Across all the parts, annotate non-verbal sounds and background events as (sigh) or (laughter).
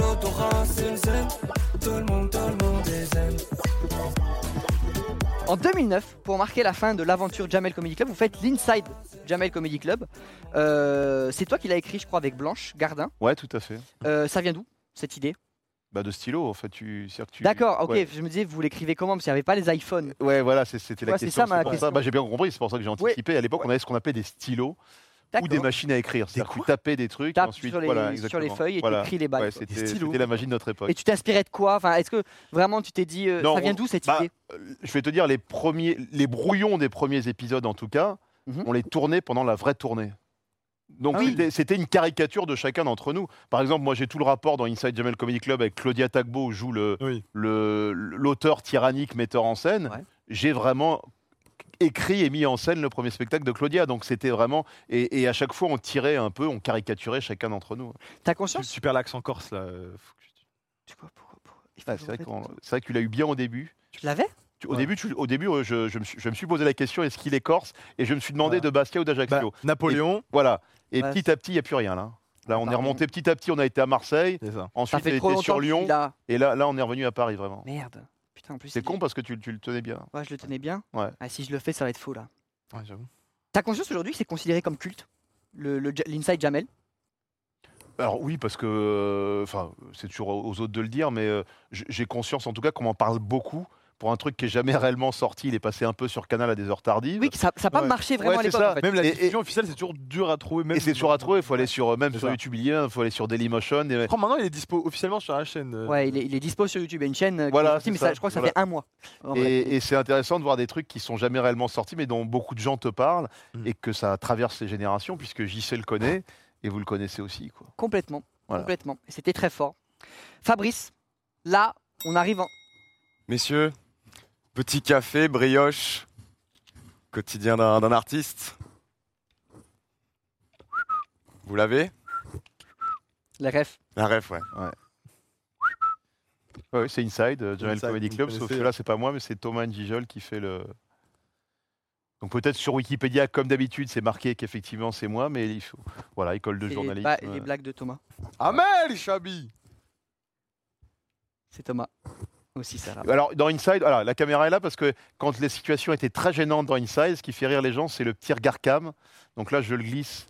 France, une zen. Tout le monde, tout le monde est zen. En 2009, pour marquer la fin de l'aventure Jamel Comedy Club, vous faites l'Inside Jamel Comedy Club. Euh, c'est toi qui l'as écrit, je crois, avec Blanche Gardin. Ouais, tout à fait. Euh, ça vient d'où cette idée Bah, de stylo, en fait. Tu, c'est-à-dire que tu- D'accord, ok, Ouais, je me disais, vous l'écrivez comment Parce qu'il n'y avait pas les iPhones. Ouais, voilà, c'est- c'était la Ouais, c'est question. ça, ma pour question. Bah, j'ai bien compris, c'est pour ça que j'ai anticipé. À l'époque, on avait ce qu'on appelait des stylos ou D'accord. des machines à écrire. C'est-à-dire que tu tapais des trucs, et Tapes ensuite, sur, les, voilà, sur les exactement. feuilles et Voilà. tu écris les bails. Ouais, quoi. c'était Des stylos. c'était la magie de notre époque. et tu t'inspirais de quoi enfin, Est-ce que vraiment tu t'es dit, euh, Non, ça vient on- d'où cette bah, idée Euh, je vais te dire, les, premiers, les brouillons des premiers épisodes, en tout cas, Mhm. on les tournait pendant la vraie tournée. Donc Ah oui. c'était- c'était une caricature de chacun d'entre nous. Par exemple, moi j'ai tout le rapport dans Inside Jamel Comedy Club avec Claudia Tagbo où joue l'auteur Oui. le, l'auteur tyrannique metteur en scène. Ouais. J'ai vraiment écrit et mis en scène le premier spectacle de Claudia. Donc c'était vraiment... Et, et à chaque fois on tirait un peu, on caricaturait chacun d'entre nous. T'as Tu- conscience Super l'accent corse là. euh, faut que tu- Tu- pourquoi- pourquoi- pourquoi- il faut Ah, que c'est je vrai, répète. qu'on- c'est vrai que tu l'as eu bien au début. Tu l'avais Tu- Au, Ouais. début, tu- au début, euh, je, je me suis, je me suis posé la question est-ce qu'il est corse Et je me suis demandé Ouais. de Bastia ou Bah, d'Ajaccio. Napoléon, Voilà. Et Ouais. petit à petit, il n'y a plus rien là. hein. Là, on est Pardon. remonté petit à petit, on a été à Marseille, c'est Ah, ça. Ça ensuite on fait trop était longtemps sur que je Lyon, suis là. et là, là, on est revenu à Paris vraiment. Merde. Putain, en plus. C'est il- con parce que tu, tu le tenais bien. Ouais, je le tenais bien. Ouais. Ah, si je le fais, ça va être faux là. Ouais, j'avoue. T'as conscience aujourd'hui que c'est considéré comme culte le- le Ja- L'Inside Jamel Alors oui, parce que, euh, enfin, c'est toujours aux autres de le dire, mais euh, j- j'ai conscience en tout cas qu'on m'en parle beaucoup pour un truc qui est jamais réellement sorti. Il est passé un peu sur Canal à des heures tardives. Oui, que ça n'a pas Ouais. marché vraiment à Ouais, c'est l'époque. ça. en fait. Même la Et- et- diffusion officielle, c'est toujours dur à trouver. Même et c'est toujours à trouver. Il faut aller sur euh, même C'est sur ça. YouTube, il faut aller sur Dailymotion. et- Oh, maintenant, il est dispo officiellement sur la chaîne. euh, Ouais, il est, il est dispo sur YouTube. Il y a une chaîne euh, qui Voilà, est sortie, c'est mais ça, ça. je crois que ça Voilà. fait un mois. en vrai. Et, et c'est intéressant de voir des trucs qui sont jamais réellement sortis, mais dont beaucoup de gens te parlent Mm. et que ça traverse les générations, puisque JC le connaît et vous le connaissez aussi. Quoi. Complètement. Voilà. Complètement. Et c'était très fort. Fabrice, là, on arrive en. Messieurs, petit café, brioche, quotidien d'un d'un artiste. Vous l'avez La ref. La ref, ouais. Ouais, ouais, c'est Inside, euh, Jamel Inside, Comedy vous Club, connaissez. sauf que là, c'est pas moi, mais c'est Thomas Njijol qui fait le. Donc peut-être sur Wikipédia, comme d'habitude, c'est marqué qu'effectivement c'est moi, mais il faut. Voilà, école de C'est les journalisme. ba- euh. les blagues de Thomas. Eh, Amel Chabi C'est Thomas. Aussi, ça là. Alors, dans Inside, voilà, la caméra est là parce que quand les situations étaient très gênantes dans Inside, ce qui fait rire les gens, c'est le petit regard cam. Donc là, je le glisse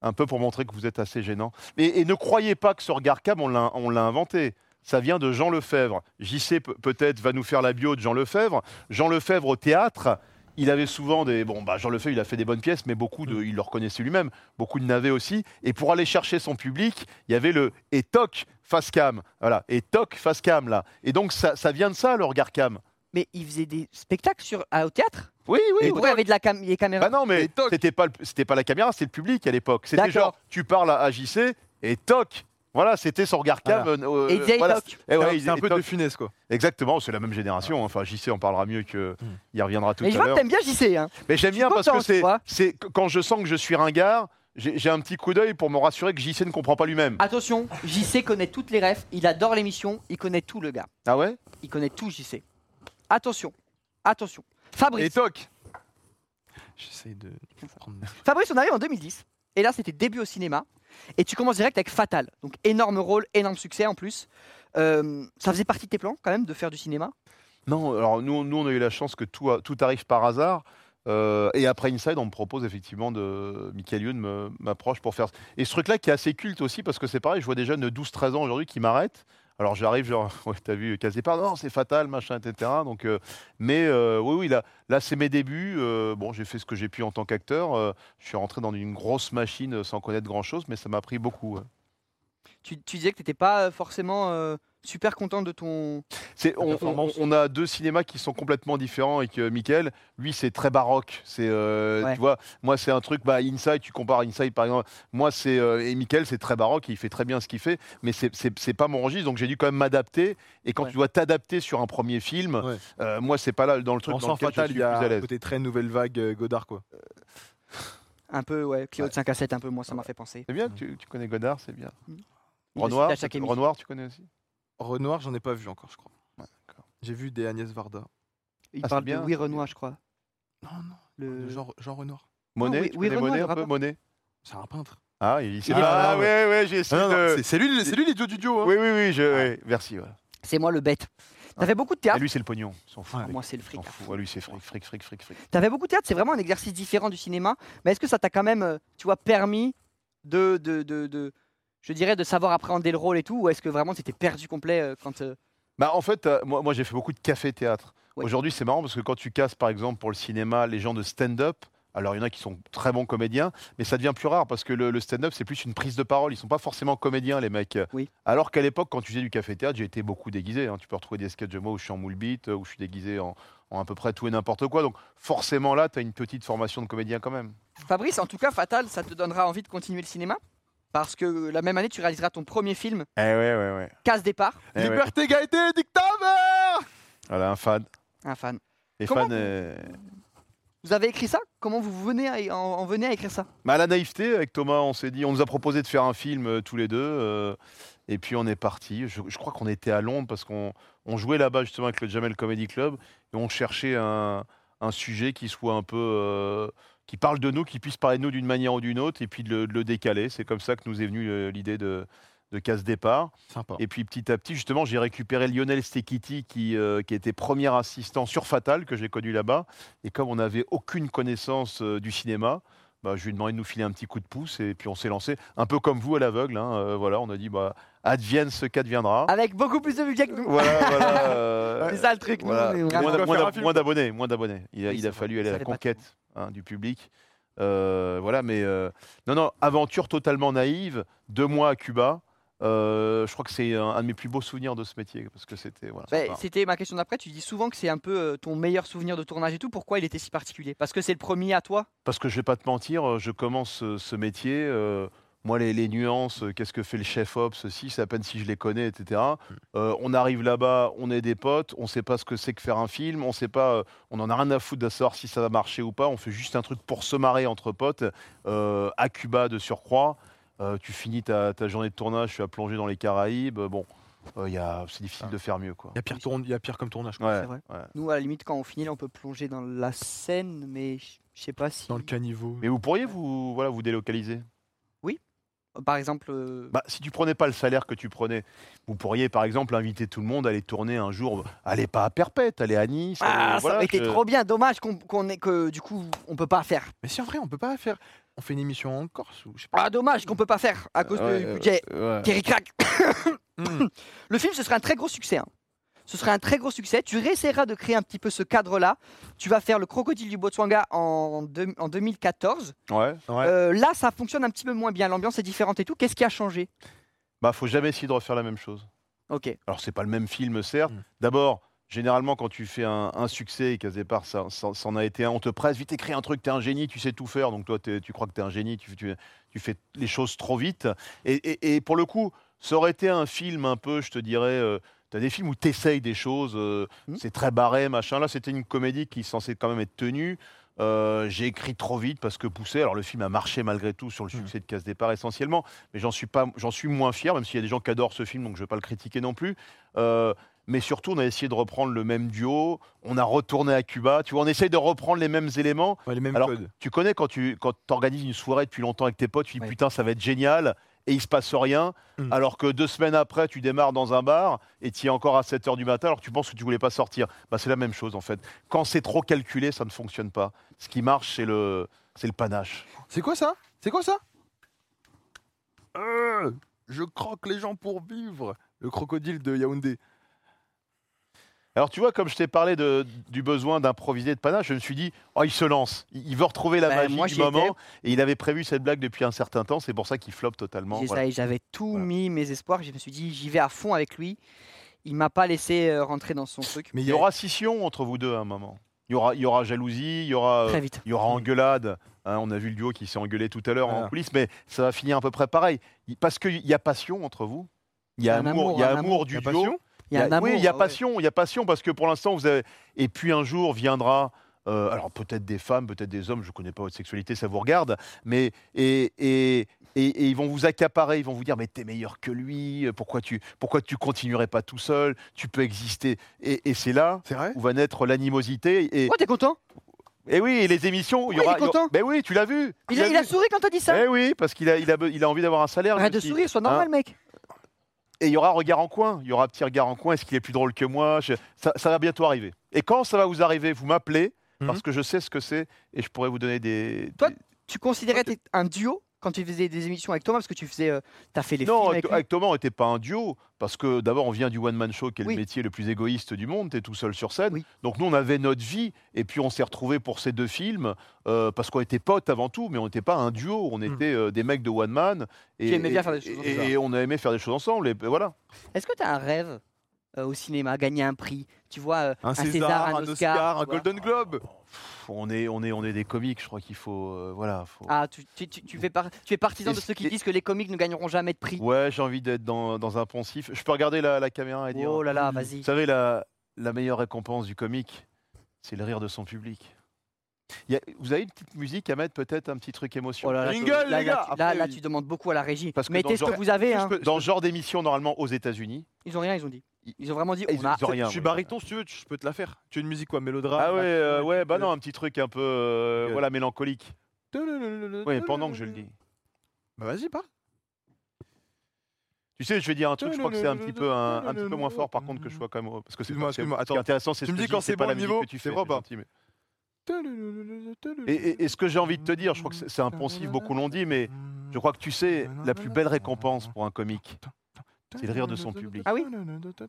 un peu pour montrer que vous êtes assez gênant. Et, et ne croyez pas que ce regard cam, on l'a on l'a inventé. Ça vient de Jean Lefebvre. JC pe- peut-être va nous faire la bio de Jean Lefebvre. Jean Lefebvre au théâtre, il avait souvent des. Bon, bah, Jean Lefebvre, il a fait des bonnes pièces, mais beaucoup de. Il le reconnaissait lui-même. Beaucoup de navets aussi. Et pour aller chercher son public, il y avait le et toc face cam. Voilà. Et toc face cam, là. Et donc, ça, ça vient de ça, le regard cam. Mais il faisait des spectacles sur... ah, au théâtre Oui, oui. Et pourquoi il y avait de la cam... les caméras Bah non, mais Et toc. c'était pas, le- c'était pas la caméra, c'était le public à l'époque. C'était D'accord. genre, tu parles à, à JC et toc. Voilà, c'était son regard cam. euh, Et il disait, voilà. toc. Eh ouais, il C'est un disait peu toc. de funeste quoi. Exactement, c'est la même génération. Enfin, JC en parlera mieux que. Hmm. Il reviendra tout Mais je à vois que l'heure. t'aimes bien JC. Hein. Mais j'aime Je suis bien parce que content, tu c'est, vois. c'est qu- quand je sens que je suis ringard, j'ai, j'ai un petit coup d'œil pour me rassurer que JC ne comprend pas lui-même. Attention, JC connaît toutes les refs. Il adore l'émission. Il connaît tout le gars. Ah ouais Il connaît tout JC. Attention. Attention. Fabrice. Et toc J'essaye de prendre. Fabrice, on arrive en 2010. Et là, c'était début au cinéma. Et tu commences direct avec Fatal. Donc, énorme rôle, énorme succès en plus. Euh, ça faisait partie de tes plans, quand même, de faire du cinéma Non, alors nous, nous, on a eu la chance que tout, a- tout arrive par hasard. Euh, et après Inside, on me propose effectivement de. Michael Youn me- m'approche pour faire. Et ce truc-là qui est assez culte aussi, parce que c'est pareil, je vois des jeunes de 12-13 ans aujourd'hui qui m'arrêtent. Alors j'arrive, genre, (laughs) ouais, t'as vu, casse départ, non, c'est fatal, machin, etc. Donc, euh, mais euh, oui, oui, là, là c'est mes débuts. Euh, bon, j'ai fait ce que j'ai pu en tant qu'acteur. Euh, je suis rentré dans une grosse machine sans connaître grand-chose, mais ça m'a pris beaucoup. ouais. tu, tu disais que t'étais pas euh, forcément euh, super content de ton. C'est- on, on, performance. on a deux cinémas qui sont complètement différents et que Michael, lui, c'est très baroque. C'est, euh, Ouais. tu vois, moi, c'est un truc, bah, Inside, tu compares Inside, par exemple. Moi, c'est euh, et Michael, c'est très baroque, et il fait très bien ce qu'il fait, mais c'est, c'est, c'est pas mon registre, donc j'ai dû quand même m'adapter. Et quand Ouais. tu dois t'adapter sur un premier film, Ouais. euh, moi, c'est pas là dans le truc On dans sent lequel fatal, je il suis y plus a à un l'aise. côté très nouvelle vague euh, Godard quoi. Un peu, ouais, Cléo de 5 à 7, un peu, moi, ça m'a fait penser. C'est bien, que tu, tu connais Godard, c'est bien. Mm. Il le Renoir, cite à chaque tu- émission. Renoir, tu connais aussi. Renoir, j'en ai pas vu encore, je crois. Ouais, d'accord. J'ai vu des Agnès Varda. Il Ah, c'est parle bien, de Oui c'est bien. Renoir, je crois. Non, non, Le... Jean, Jean Renoir. Monet, oui- tu oui, connais Renoir, Monet le un peu rappeur. Monet C'est un peintre. Ah, il s'est Il dit- est- Ah, Ah, ouais, ouais, ouais, j'ai essayé Non, non, de. c'est- C'est lui, c'est lui l'idiot du duo. hein. Oui, oui, oui, je... ouais, merci. voilà. C'est moi le bête. T'as fait beaucoup de Et théâtre. Ah, lui, c'est le pognon. Il S'en fout. Ouais, mec. Ah. Moi, c'est le Il fric. S'en fout. Ouais, lui, c'est fric, fric, fric, fric, fric. T'avais beaucoup de théâtre, c'est vraiment un exercice différent du cinéma. Mais est-ce que ça t'a quand même, euh, tu vois, permis de, de, de, de- je dirais, de savoir appréhender le rôle et tout, ou est-ce que vraiment t'étais perdu complet euh, quand euh, Bah, en fait, euh, moi, moi j'ai fait beaucoup de café-théâtre. Ouais. Aujourd'hui, c'est marrant parce que quand tu casses, par exemple, pour le cinéma, les gens de stand-up, alors il y en a qui sont très bons comédiens, mais ça devient plus rare parce que le, le stand-up, c'est plus une prise de parole. Ils sont pas forcément comédiens, les mecs. Oui. Alors qu'à l'époque, quand tu faisais du café-théâtre, j'ai été beaucoup déguisé. hein. Tu peux retrouver des sketchs de moi où je suis en moule beat, où je suis déguisé en, en à peu près tout et n'importe quoi. Donc forcément, là, tu as une petite formation de comédien quand même. Fabrice, en tout cas, Fatal, ça te donnera envie de continuer le cinéma parce que euh, la même année, tu réaliseras ton premier film, Eh ouais, ouais, ouais. Casse Départ, Eh ouais. Liberté, égalité, dictateur Voilà, un fan. un fan. Et Comment fan. euh, Vous avez écrit ça Comment vous venez à- en, en venez à écrire ça Bah, à la naïveté, avec Thomas, on s'est dit, on nous a proposé de faire un film euh, tous les deux. euh, et puis on est parti. Je, je crois qu'on était à Londres parce qu'on on jouait là-bas justement avec le Jamel Comedy Club. Et on cherchait un, un sujet qui soit un peu. euh, qui parle de nous, qui puisse parler de nous d'une manière ou d'une autre. Et puis de le, de le décaler. C'est comme ça que nous est venue euh, l'idée de, de casse départ. Sympa. Et puis petit à petit, justement, j'ai récupéré Lionel Stekiti, qui, euh, qui était premier assistant sur Fatal, que j'ai connu là-bas. Et comme on n'avait aucune connaissance euh, du cinéma, bah, je lui ai demandé de nous filer un petit coup de pouce. Et puis on s'est lancé, un peu comme vous, à l'aveugle. hein, euh, voilà, on a dit, bah, advienne ce qu'adviendra. Avec beaucoup plus de budget que nous. Voilà, voilà. (laughs) euh, C'est ça le truc. nous, voilà. on est Moins vraiment- doit d'a- moins faire un d'a- film. Moins d'abonnés, moins d'abonnés. Il a, Oui, il c'est a vrai. fallu aller à Ça la fait pas de conquête hein, du public. Euh, voilà, mais euh, non, non, aventure totalement naïve. Deux mois à Cuba. Euh, je crois que c'est un, un de mes plus beaux souvenirs de ce métier parce que c'était voilà. Bah, enfin, C'était ma question d'après. Tu dis souvent que c'est un peu euh, ton meilleur souvenir de tournage et tout. Pourquoi il était si particulier Parce que c'est le premier à toi Parce que je vais pas te mentir, euh, je commence ce, ce métier. euh, moi, les, les nuances, euh, qu'est-ce que fait le chef op, ceci, c'est à peine si je les connais, etc. Mm. Euh, on arrive là-bas, on est des potes, on sait pas ce que c'est que faire un film, on sait pas, euh, on en a rien à foutre de savoir si ça va marcher ou pas. On fait juste un truc pour se marrer entre potes. euh, à Cuba de surcroît, euh, tu finis ta, ta journée de tournage, tu as plongé dans les Caraïbes. euh, Bon, euh, y a- c'est difficile Ah. de faire mieux, quoi. Il y, a pire tourne- il y a pire comme tournage. quoi. Ouais, c'est vrai. ouais. Nous, à la limite, quand on finit, là, on peut plonger dans la scène, mais je je sais pas si. Dans le caniveau. Mais vous pourriez vous, voilà, vous délocaliser. Par exemple, euh, Bah, si tu prenais pas le salaire que tu prenais, vous pourriez par exemple inviter tout le monde à aller tourner un jour, allez pas à Perpète, allez à Nice. allez- ah, ça euh, voilà, aurait été que- trop bien. Dommage qu'on qu'on ait que du coup, on peut pas faire. Mais si en vrai, on peut pas faire. On fait une émission en Corse ou je sais pas. Ah, dommage qu'on peut pas faire à cause Ouais, du euh, budget. ouais. Terry Crack. Hmm. Le film, ce serait un très gros succès. hein. Ce serait un très gros succès. Tu réessayeras de créer un petit peu ce cadre-là. Tu vas faire le crocodile du Botswana en, deux- en 2014. Ouais. Ouais. Euh, là, ça fonctionne un petit peu moins bien. L'ambiance est différente et tout. Qu'est-ce qui a changé Bah, faut jamais essayer de refaire la même chose. Ok. Alors c'est pas le même film certes. Mm. D'abord, généralement quand tu fais un, un succès et qu'à ce départ ça, ça- ça en a été un, on te presse vite écris un truc, t'es un génie, tu sais tout faire, donc toi t'es- tu crois que t'es un génie, tu, tu- tu fais les choses trop vite. Et, et- et pour le coup, ça aurait été un film un peu, je te dirais. euh, T'as des films où t'essayes des choses, euh, Mm. c'est très barré, machin. Là, c'était une comédie qui est censée quand même être tenue. Euh, J'ai écrit trop vite parce que poussé. Alors le film a marché malgré tout sur le Mm. succès de Casse Départ essentiellement, mais j'en suis pas, j'en suis moins fier, même s'il y a des gens qui adorent ce film, donc je vais pas le critiquer non plus. Euh, mais surtout, on a essayé de reprendre le même duo. On a retourné à Cuba. Tu vois, on essaye de reprendre les mêmes éléments. Ouais, les mêmes Alors- codes. Tu connais quand tu quand organises une soirée depuis longtemps avec tes potes, tu dis Ouais. putain, ça va être génial. Et il se passe rien, Mm. alors que deux semaines après, tu démarres dans un bar et tu es encore à 7 h du matin, alors que tu penses que tu voulais pas sortir. Bah, c'est la même chose en fait. Quand c'est trop calculé, ça ne fonctionne pas. Ce qui marche, c'est le, c'est le panache. C'est quoi ça C'est quoi ça Euh, Je croque les gens pour vivre. Le crocodile de Yaoundé. Alors tu vois, comme je t'ai parlé de- du besoin d'improviser et de panache, je me suis dit, oh, il se lance, il, il veut retrouver la Bah, magie moi, du j'y étais. moment. Et il avait prévu cette blague depuis un certain temps, c'est pour ça qu'il floppe totalement. J'ai- voilà. ça- J'avais tout Voilà. mis mes espoirs. Je me suis dit, j'y vais à fond avec lui. Il m'a pas laissé euh, rentrer dans son truc. Mais Il y aura scission entre vous deux à un moment. Il y aura, il y aura jalousie, il y aura, euh, Très vite. il y aura engueulade. Hein, on a vu le duo qui s'est engueulé tout à l'heure en Voilà. coulisses, mais ça va finir à peu près pareil. Il- Parce qu'il y a passion entre vous. Il y a Un amour, amour, il y a un amour, amour. du La duo. passion Il y a un amour. ah Oui, il y a ouais. passion, il y a passion parce que pour l'instant vous avez. Et puis un jour viendra. euh, alors peut-être des femmes, peut-être des hommes, je ne connais pas votre sexualité, ça vous regarde, mais et, et, et- et ils vont vous accaparer, ils vont vous dire mais t'es meilleur que lui, euh, pourquoi tu pourquoi tu continuerais pas tout seul, tu peux exister. Et, et c'est là C'est vrai où va naître l'animosité et Oh, t'es content Eh oui, les émissions, il y Ouais, il aura. est content. Mais oui, tu l'as vu. tu Il a, l'as il a vu. souri quand t'as dit ça. Eh oui, parce qu'il a, il a, be- il a Ah. envie d'avoir un salaire. Arrête lui de aussi. sourire, sois normal, mec. Et il y aura regard en coin. Il y aura petit regard en coin. Est-ce qu'il est plus drôle que moi Je- ça, ça va bientôt arriver. Et quand ça va vous arriver, vous m'appelez Mhm. parce que je sais ce que c'est et je pourrais vous donner des. Toi, des- Tu considérais t'es un duo quand tu faisais des émissions avec Thomas parce que tu faisais, euh, t'as fait les non, films avec, avec lui. avec Thomas, on n'était pas un duo parce que d'abord on vient du one man show qui est Oui. le métier le plus égoïste du monde. T'es tout seul sur scène. Oui. Donc nous, on avait notre vie et puis on s'est retrouvés pour ces deux films euh, parce qu'on était potes avant tout, mais on n'était pas un duo. On était euh, des mecs de one man. Et, Qui aimaient bien et- faire des choses et- ensemble. et on a aimé faire des choses ensemble. Et ben voilà. Est-ce que t'as un rêve euh, au cinéma, gagner un prix Tu vois, euh, Un César, un Oscar, un tu vois. Golden Globe. Pff, On est, on est, on est des comiques, je crois qu'il faut, euh, voilà. faut- Ah, tu, tu- tu- tu fais par- tu es partisan de Est-ce ceux qui que- disent que les comiques ne gagneront jamais de prix. Ouais, j'ai envie d'être dans, dans un poncif. Je peux regarder la, la caméra et dire. Oh là là, vas-y. Vous savez, la, la meilleure récompense du comique, c'est le rire de son public. Il y a- vous avez une petite musique à mettre, peut-être un petit truc émotion. Oh là là, Jingle, tu- là, les là, gars, tu- après, là, là, oui. tu demandes beaucoup à la régie. Ah, Parce que Mettez dans ce le que genre- vous avez. hein. Je peux- Dans ce genre d'émission, normalement aux États-Unis, Ils ont rien, ils ont dit. Ils ont vraiment dit. ils on a... ils ont rien. Je suis ouais. bariton si tu veux, tu- je peux te la faire. Tu veux une musique quoi, mélodrame Ah ouais, machin, euh, ouais, bah truc, non, un petit truc un peu, euh, Gueule. voilà, mélancolique. euh. Oui, pendant que je le dis. Bah vas-y, pas. Tu sais, je vais dire un truc, je crois que c'est un petit peu un, un petit peu moins fort par contre que je sois quand même parce que c'est Excuse-moi, c'est- excuse-moi, Ce qui est attends. intéressant, c'est Tu ce me que dis je quand dis, c'est c'est pas bon la bah. le musique niveau, que tu c'est fais. propre. c'est gentil, mais- Et, et- et ce que j'ai envie de te dire, je crois que c'est- c'est un poncif, beaucoup l'ont dit, mais je crois que tu sais, la plus belle récompense pour un comique, c'est le rire de son public. Ah oui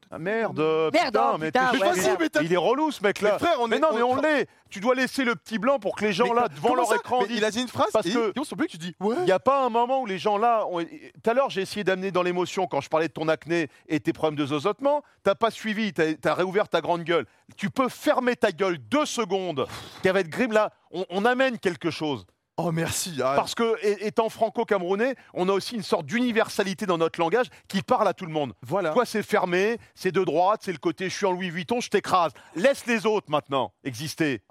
Ah merde, oh, putain, mais putain, t'es- ouais, mais merde. il- il est relou ce mec là. Mais frère, on Mais est non, mais on l'est. Tu dois laisser le petit blanc pour que les gens Mais là co- devant comment leur ça écran Mais disent. Il a dit une phrase Parce et que- ils ont son public, tu dis Il ouais. n'y a pas un moment où les gens là. ont- Tout à l'heure, j'ai essayé d'amener dans l'émotion quand je parlais de ton acné et tes problèmes de zozotement. T'as pas suivi, t'as as réouvert ta grande gueule. Tu peux fermer ta gueule deux secondes. Qu'avec Grimm, là, on, on amène quelque chose. Oh merci. ah, Parce que, é- étant franco-camerounais, on a aussi une sorte d'universalité dans notre langage qui parle à tout le monde. Voilà. Hein Toi, c'est fermé, c'est de droite, c'est le côté je suis en Louis Vuitton, je t'écrase. Laisse les autres maintenant exister.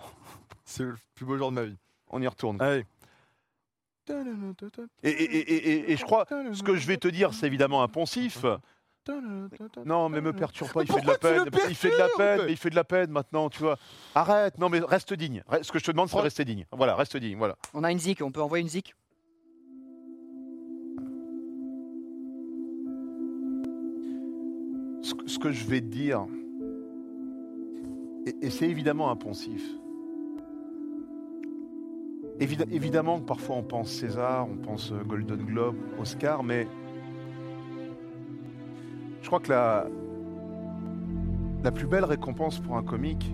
C'est le plus beau jour de ma vie. On y retourne. Allez. Et, et- et- et- et- et je crois, ce que je vais te dire, c'est évidemment un poncif. Non, mais me perturbe pas, il fait de la pourquoi tu peine. le mais Il fait de la perturbes peine, mais il fait de la peine maintenant, tu vois. Arrête, non, mais reste digne. Re- Ce que je te demande, c'est de Prends- rester digne. Voilà, reste digne, voilà. On a une zik, on peut envoyer une zik. Ce, que- ce que je vais te dire, et, et c'est évidemment un poncif. Évid- évidemment que parfois on pense César, on pense euh, Golden Globe, Oscar, mais je crois que la, la plus belle récompense pour un comique,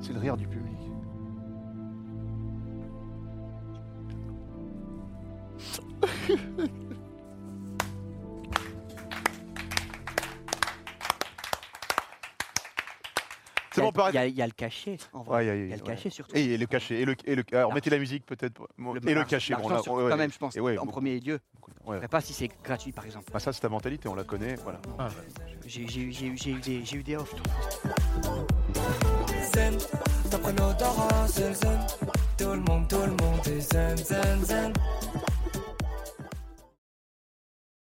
c'est le rire (laughs) du public. Il y C'est a- bon, on peut Il y, arrêter. a- il y a le cachet, en vrai. Aïe, aïe, Il y a aïe, le ouais. cachet surtout. Et le cachet. Et le, et le- alors, mettez la musique peut-être. Et le l'argent- cachet. l'argent bon, là, surtout, ouais, quand ouais. même, je pense. Et ouais, en beaucoup. premier lieu. Ouais. Je sais pas si c'est gratuit, par exemple. Bah, ça, c'est ta mentalité, on la connaît. Voilà. J'ai j'ai eu j'ai eu- j'ai eu des- j'ai eu des offres. zen T'apprends l'odorat, c'est le zen Tout le monde, tout le monde est zen, zen, zen